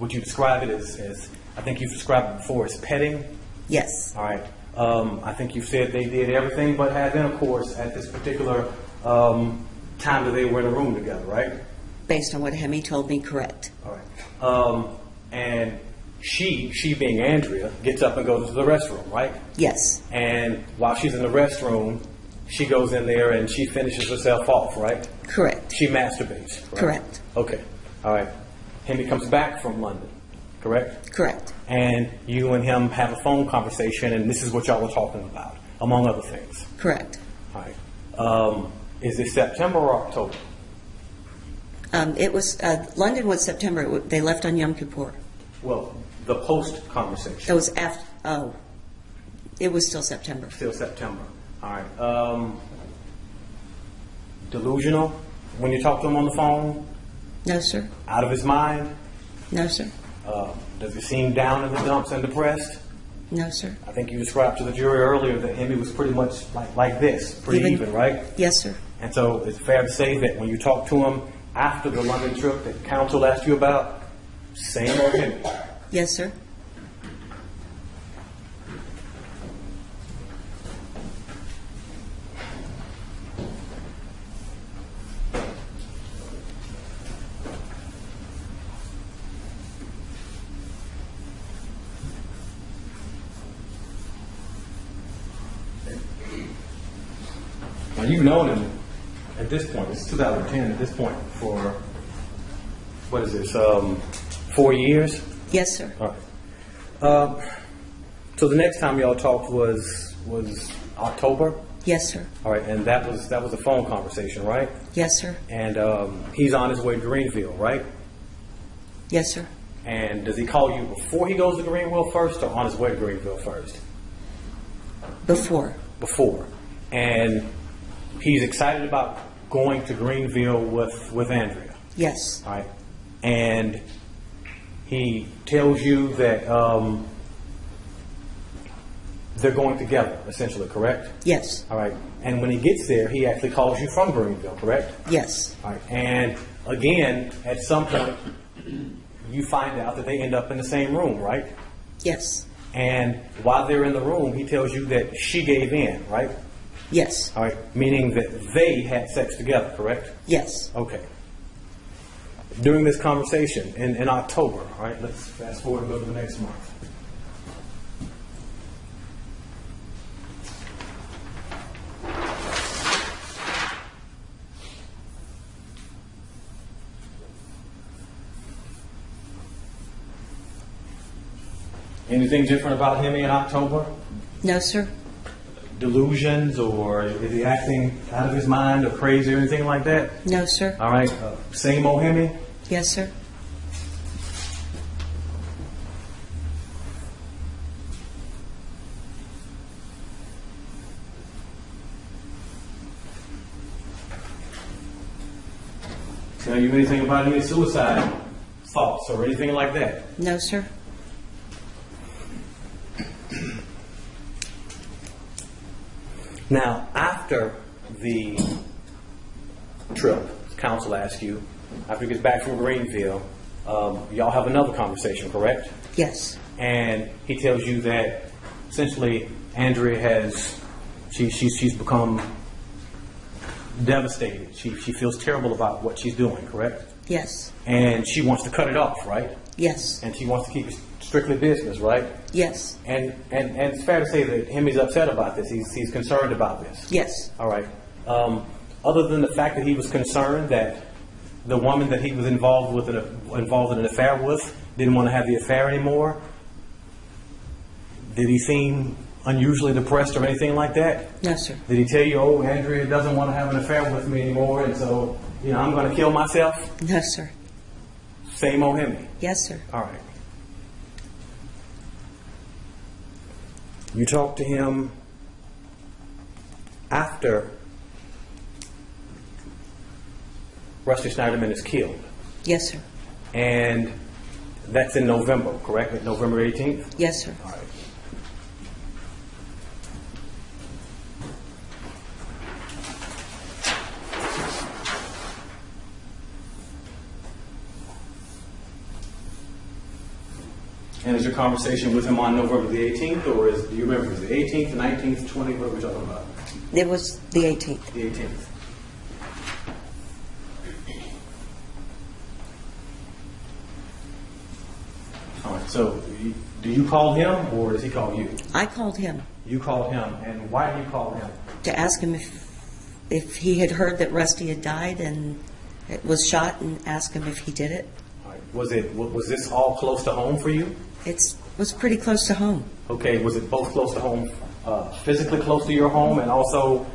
would you describe it as, as, I think you've described it before as petting? Yes. All right. Um, I think you said they did everything but have intercourse at this particular um, time that they were in a room together, right? Based on what Hemi told me, correct. All right. Um, and she, she being Andrea, gets up and goes to the restroom, right? Yes. And while she's in the restroom, she goes in there and she finishes herself off, right? Correct. She masturbates. right? Correct. Okay. All right. Henry comes back from London, correct? Correct. And you and him have a phone conversation, and this is what y'all were talking about, among other things. Correct. All right. Um, is it September or October? Um, it was uh, London was September. It w- they left on Yom Kippur. Well, the post conversation. That was after. Oh, it was still September. Still September. All right. Um, delusional when you talk to him on the phone? No, sir. Out of his mind? No, sir. Uh, does he seem down in the dumps and depressed? No, sir. I think you described to the jury earlier that Emmy was pretty much like, like this, pretty Even- even, right? Yes, sir. And so it's fair to say that when you talk to him after the London trip that counsel asked you about, same old Emmy. Yes, sir. Now you've known him at this point, it's 2010 at this point, for what is this, um, four years? Yes, sir. All right. Um, so the next time y'all talked was was October. Yes, sir. All right, and that was that was a phone conversation, right? Yes, sir. And um, he's on his way to Greenville, right? Yes, sir. And does he call you before he goes to Greenville first, or on his way to Greenville first? Before. Before. And he's excited about going to Greenville with with Andrea. Yes. All right. And he tells you that um, they're going together, essentially, correct? Yes. All right. And when he gets there, he actually calls you from Greenville, correct? Yes. All right. And again, at some point, you find out that they end up in the same room, right? Yes. And while they're in the room, he tells you that she gave in, right? Yes. All right. Meaning that they had sex together, correct? Yes. Okay. During this conversation in, in October, all right, let's fast forward and go to the next month. Anything different about him in October? No, sir. Delusions, or is he acting out of his mind, or crazy, or anything like that? No, sir. All right, uh, same old Hemi. Yes, sir. Tell you anything about any suicide thoughts or anything like that? No, sir. Now, after the trip, council asked you, after he gets back from Greenville, um, y'all have another conversation, correct? Yes. And he tells you that essentially Andrea has, she, she, she's become devastated. She, she feels terrible about what she's doing, correct? Yes. And she wants to cut it off, right? Yes. and she wants to keep it strictly business, right? Yes, And, and, and it's fair to say that Hemi's upset about this. He's, he's concerned about this. yes. All right. Um, other than the fact that he was concerned that the woman that he was involved with, in a, involved in an affair with, didn't want to have the affair anymore, did he seem unusually depressed or anything like that? No, sir. Did he tell you, oh, Andrea doesn't want to have an affair with me anymore, and so, you know, I'm going to kill myself? No, sir. Same old Hemi. Yes, sir. All right. You talked to him after Rusty Snyderman is killed, Yes, sir. and that's in November, correct? November 18th? Yes, sir. And is your conversation with him on November the 18th, or is, do you remember, is it the 18th, the 19th, 20th, what are we talking about? It was the 18th. The 18th. All right, so you- do you call him, or does he call you? I called him You called him, and why do you call him? to ask him if if he had heard that Rusty had died and it was shot, and ask him if he did it. All right, Was it, wa- was this all close to home for you? It's was pretty close to home. Okay, was it both close to home, uh, physically close to your home, and also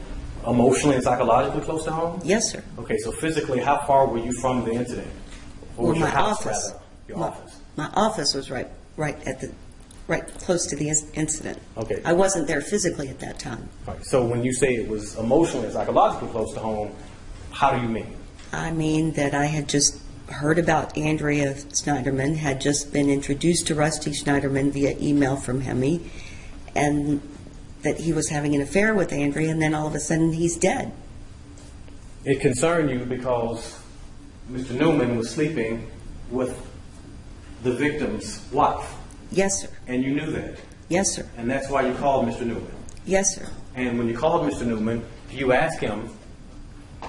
emotionally and psychologically close to home? Yes, sir. Okay, so physically, how far were you from the incident? Or Well, was your my house, office. rather? Your my- office. My office was right, right at the, right close to the inc- incident. Okay. I wasn't there physically at that time. All right, so when you say it was emotionally and psychologically close to home, how do you mean? I mean that I had just heard about Andrea Schneiderman, had just been introduced to Rusty Schneiderman via email from Hemi, and that he was having an affair with Andrea, and then all of a sudden he's dead. It concerned you because Mr. Newman was sleeping with the victim's wife, Yes, sir. and you knew that, Yes, sir. and that's why you called Mr. Newman. Yes, sir. And when you called Mr. Newman, you asked him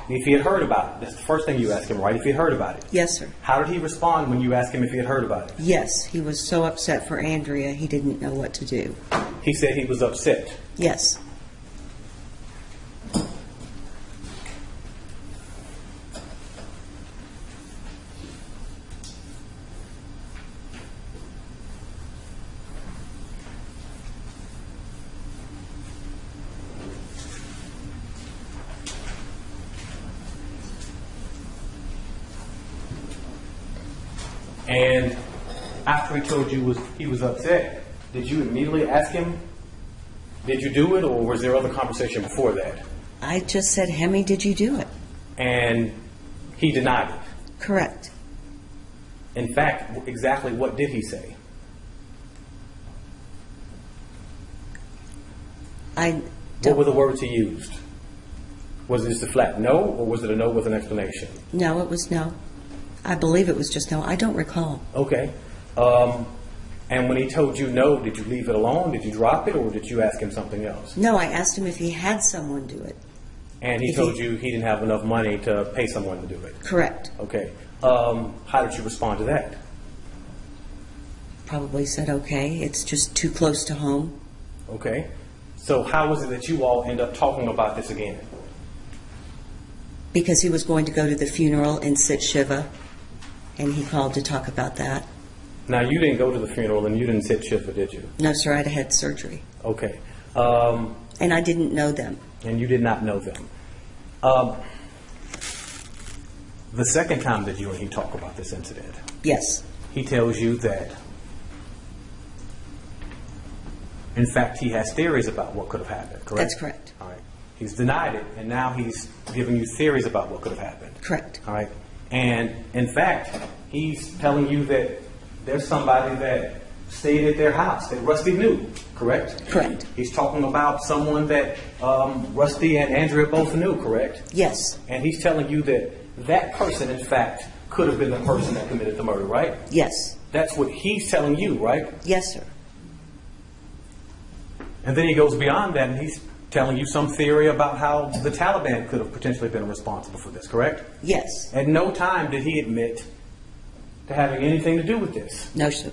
if he had heard about it. That's the first thing you asked him, right? If he heard about it. Yes, sir. How did he respond when you asked him if he had heard about it? Yes, he was so upset for Andrea, he didn't know what to do. He said he was upset. Yes. And after he told you was he was upset, did you immediately ask him? Did you do it, or was there other conversation before that? I just said, Hemi, did you do it? And he denied it. Correct. In fact, w- exactly what did he say? I What were don't, the words he used? Was it just a flat no, or was it a no with an explanation? no, it was no. I believe it was just no. I don't recall. Okay. Um, and when he told you no, did you leave it alone? Did you drop it, or did you ask him something else? No, I asked him if he had someone do it. And he If he- told you he didn't have enough money to pay someone to do it. Correct. Okay. Um, how did you respond to that? Probably said, okay, it's just too close to home. Okay. So how was it that you all end up talking about this again? Because he was going to go to the funeral and sit Shiva, and he called to talk about that. Now you didn't go to the funeral and you didn't sit Shiva, did you? No, sir, I'd had surgery. Okay. Um, And I didn't know them. and you did not know them. Um, the second time that you and he talk about this incident, Yes, he tells you that, in fact, he has theories about what could have happened, correct? That's correct. All right. He's denied it, and now he's giving you theories about what could have happened. correct. All right. And in fact, he's telling you that there's somebody that stayed at their house that Rusty knew, correct? Correct. He's talking about someone that um, Rusty and Andrea both knew, correct? Yes, And he's telling you that that person, in fact, could have been the person that committed the murder, right? yes, That's what he's telling you, right? yes, sir. And then he goes beyond that and he's telling you some theory about how the Taliban could have potentially been responsible for this, correct? Yes, At no time did he admit to having anything to do with this. no, sir.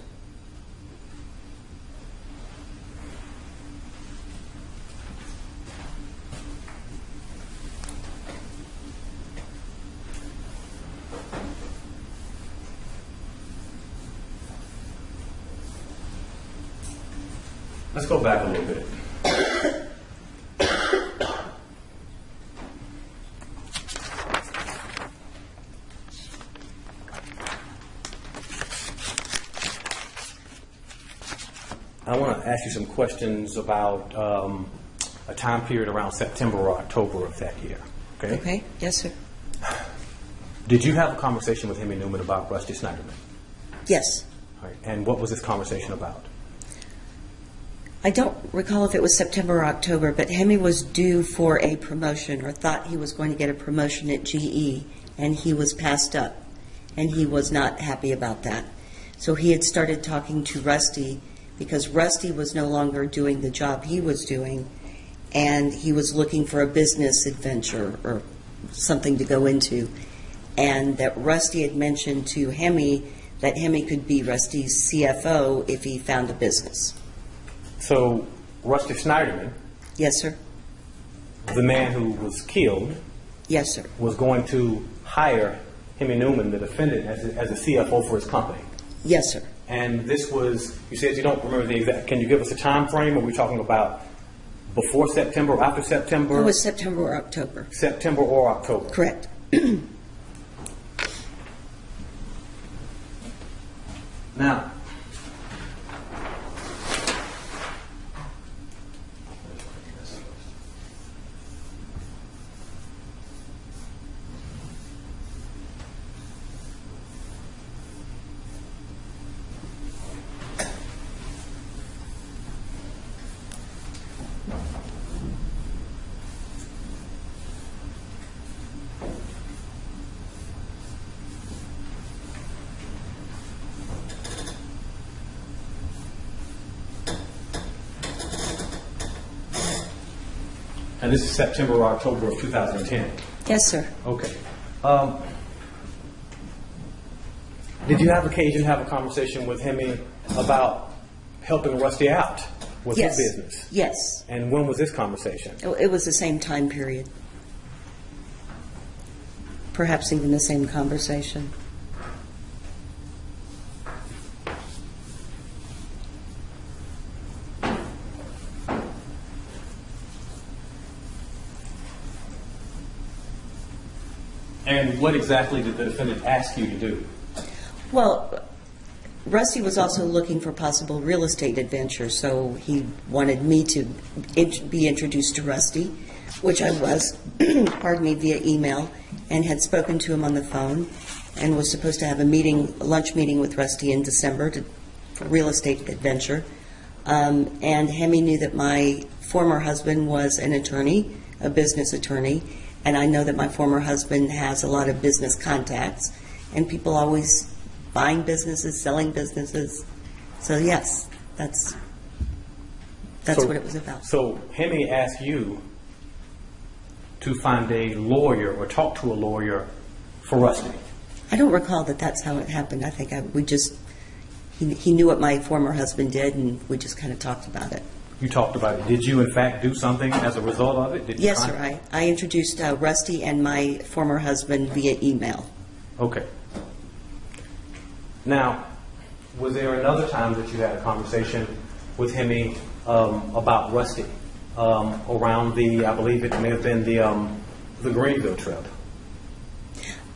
Let's go back a little bit. I want to ask you some questions about um, a time period around September or October of that year. Okay? Okay, yes, sir. Did you have a conversation with Hemi Newman about Rusty Snyderman? Yes. All right. And what was this conversation about? I don't recall if it was September or October, but Hemi was due for a promotion or thought he was going to get a promotion at GE, and he was passed up, and he was not happy about that. So he had started talking to Rusty because Rusty was no longer doing the job he was doing, and he was looking for a business adventure or something to go into. And that Rusty had mentioned to Hemi that Hemi could be Rusty's CFO if he found a business. So, Rusty Snyderman, Yes, sir. the man who was killed, Yes, sir. was going to hire Hemi Newman, the defendant, as a, as a CFO for his company. Yes, sir. And this was, you said you don't remember the exact, can you give us a time frame? Are we talking about before September, or after September? It was September or October. September or October? Correct. Now, and this is September or October of 2010. Yes, sir. Okay. Um, Did you have occasion to have a conversation with Hemi about helping Rusty out with his Yes. business? Yes. Oh, And when was this conversation? It it was the same time period. Perhaps even the same conversation. And what exactly did the defendant ask you to do? Well, Rusty was also looking for possible real estate adventures, so he wanted me to int- be introduced to Rusty, which I was, pardon me, via email, and had spoken to him on the phone, and was supposed to have a meeting, a lunch meeting with Rusty in December to, for real estate adventure. Um, and Hemi knew that my former husband was an attorney, a business attorney, and I know that my former husband has a lot of business contacts, and people always buying businesses, selling businesses. So yes, that's that's So- what it was about. So Hemi asked you to find a lawyer or talk to a lawyer for Rusty. I don't recall that that's how it happened. I think I, we just he, he knew what my former husband did, and we just kind of talked about it. You talked about it. Did you in fact do something as a result of it? Did you Yes, con- sir. I, I introduced uh, Rusty and my former husband via email. Okay. Now, was there another time that you had a conversation with Hemi um, about Rusty um, around the, I believe it may have been the, um, the Greenville trip?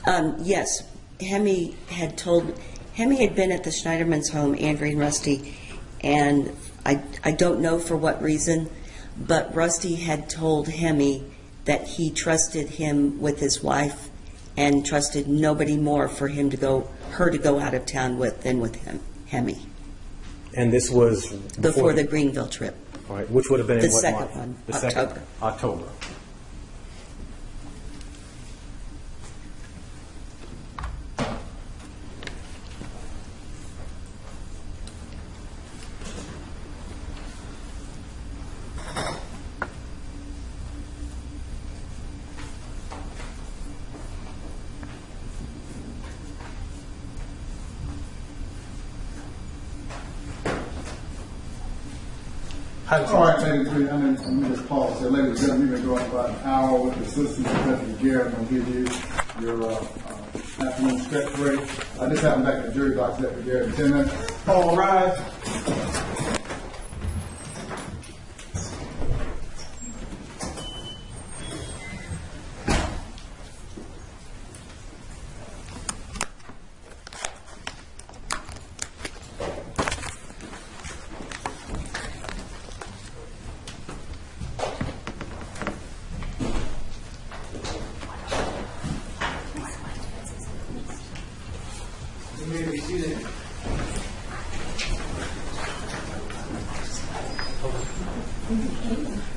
Um, yes, Hemi had told, Hemi had been at the Schneiderman's home, Andrea and Rusty, and I, I don't know for what reason, but Rusty had told Hemi that he trusted him with his wife and trusted nobody more for him to go, her to go out of town with than with him, Hemi, And this was before the Greenville trip. All right, which would have been in The what second month? one, The second- October. October. All right, ladies and gentlemen, I'm gonna- I'm gonna just pause there. Ladies and gentlemen, you've been going about an hour with the assistant Secretary Garrett. I'm gonna give you your, uh, uh, afternoon stretch break. I just have them back to the jury box, Secretary Garrett, in ten minutes. All right.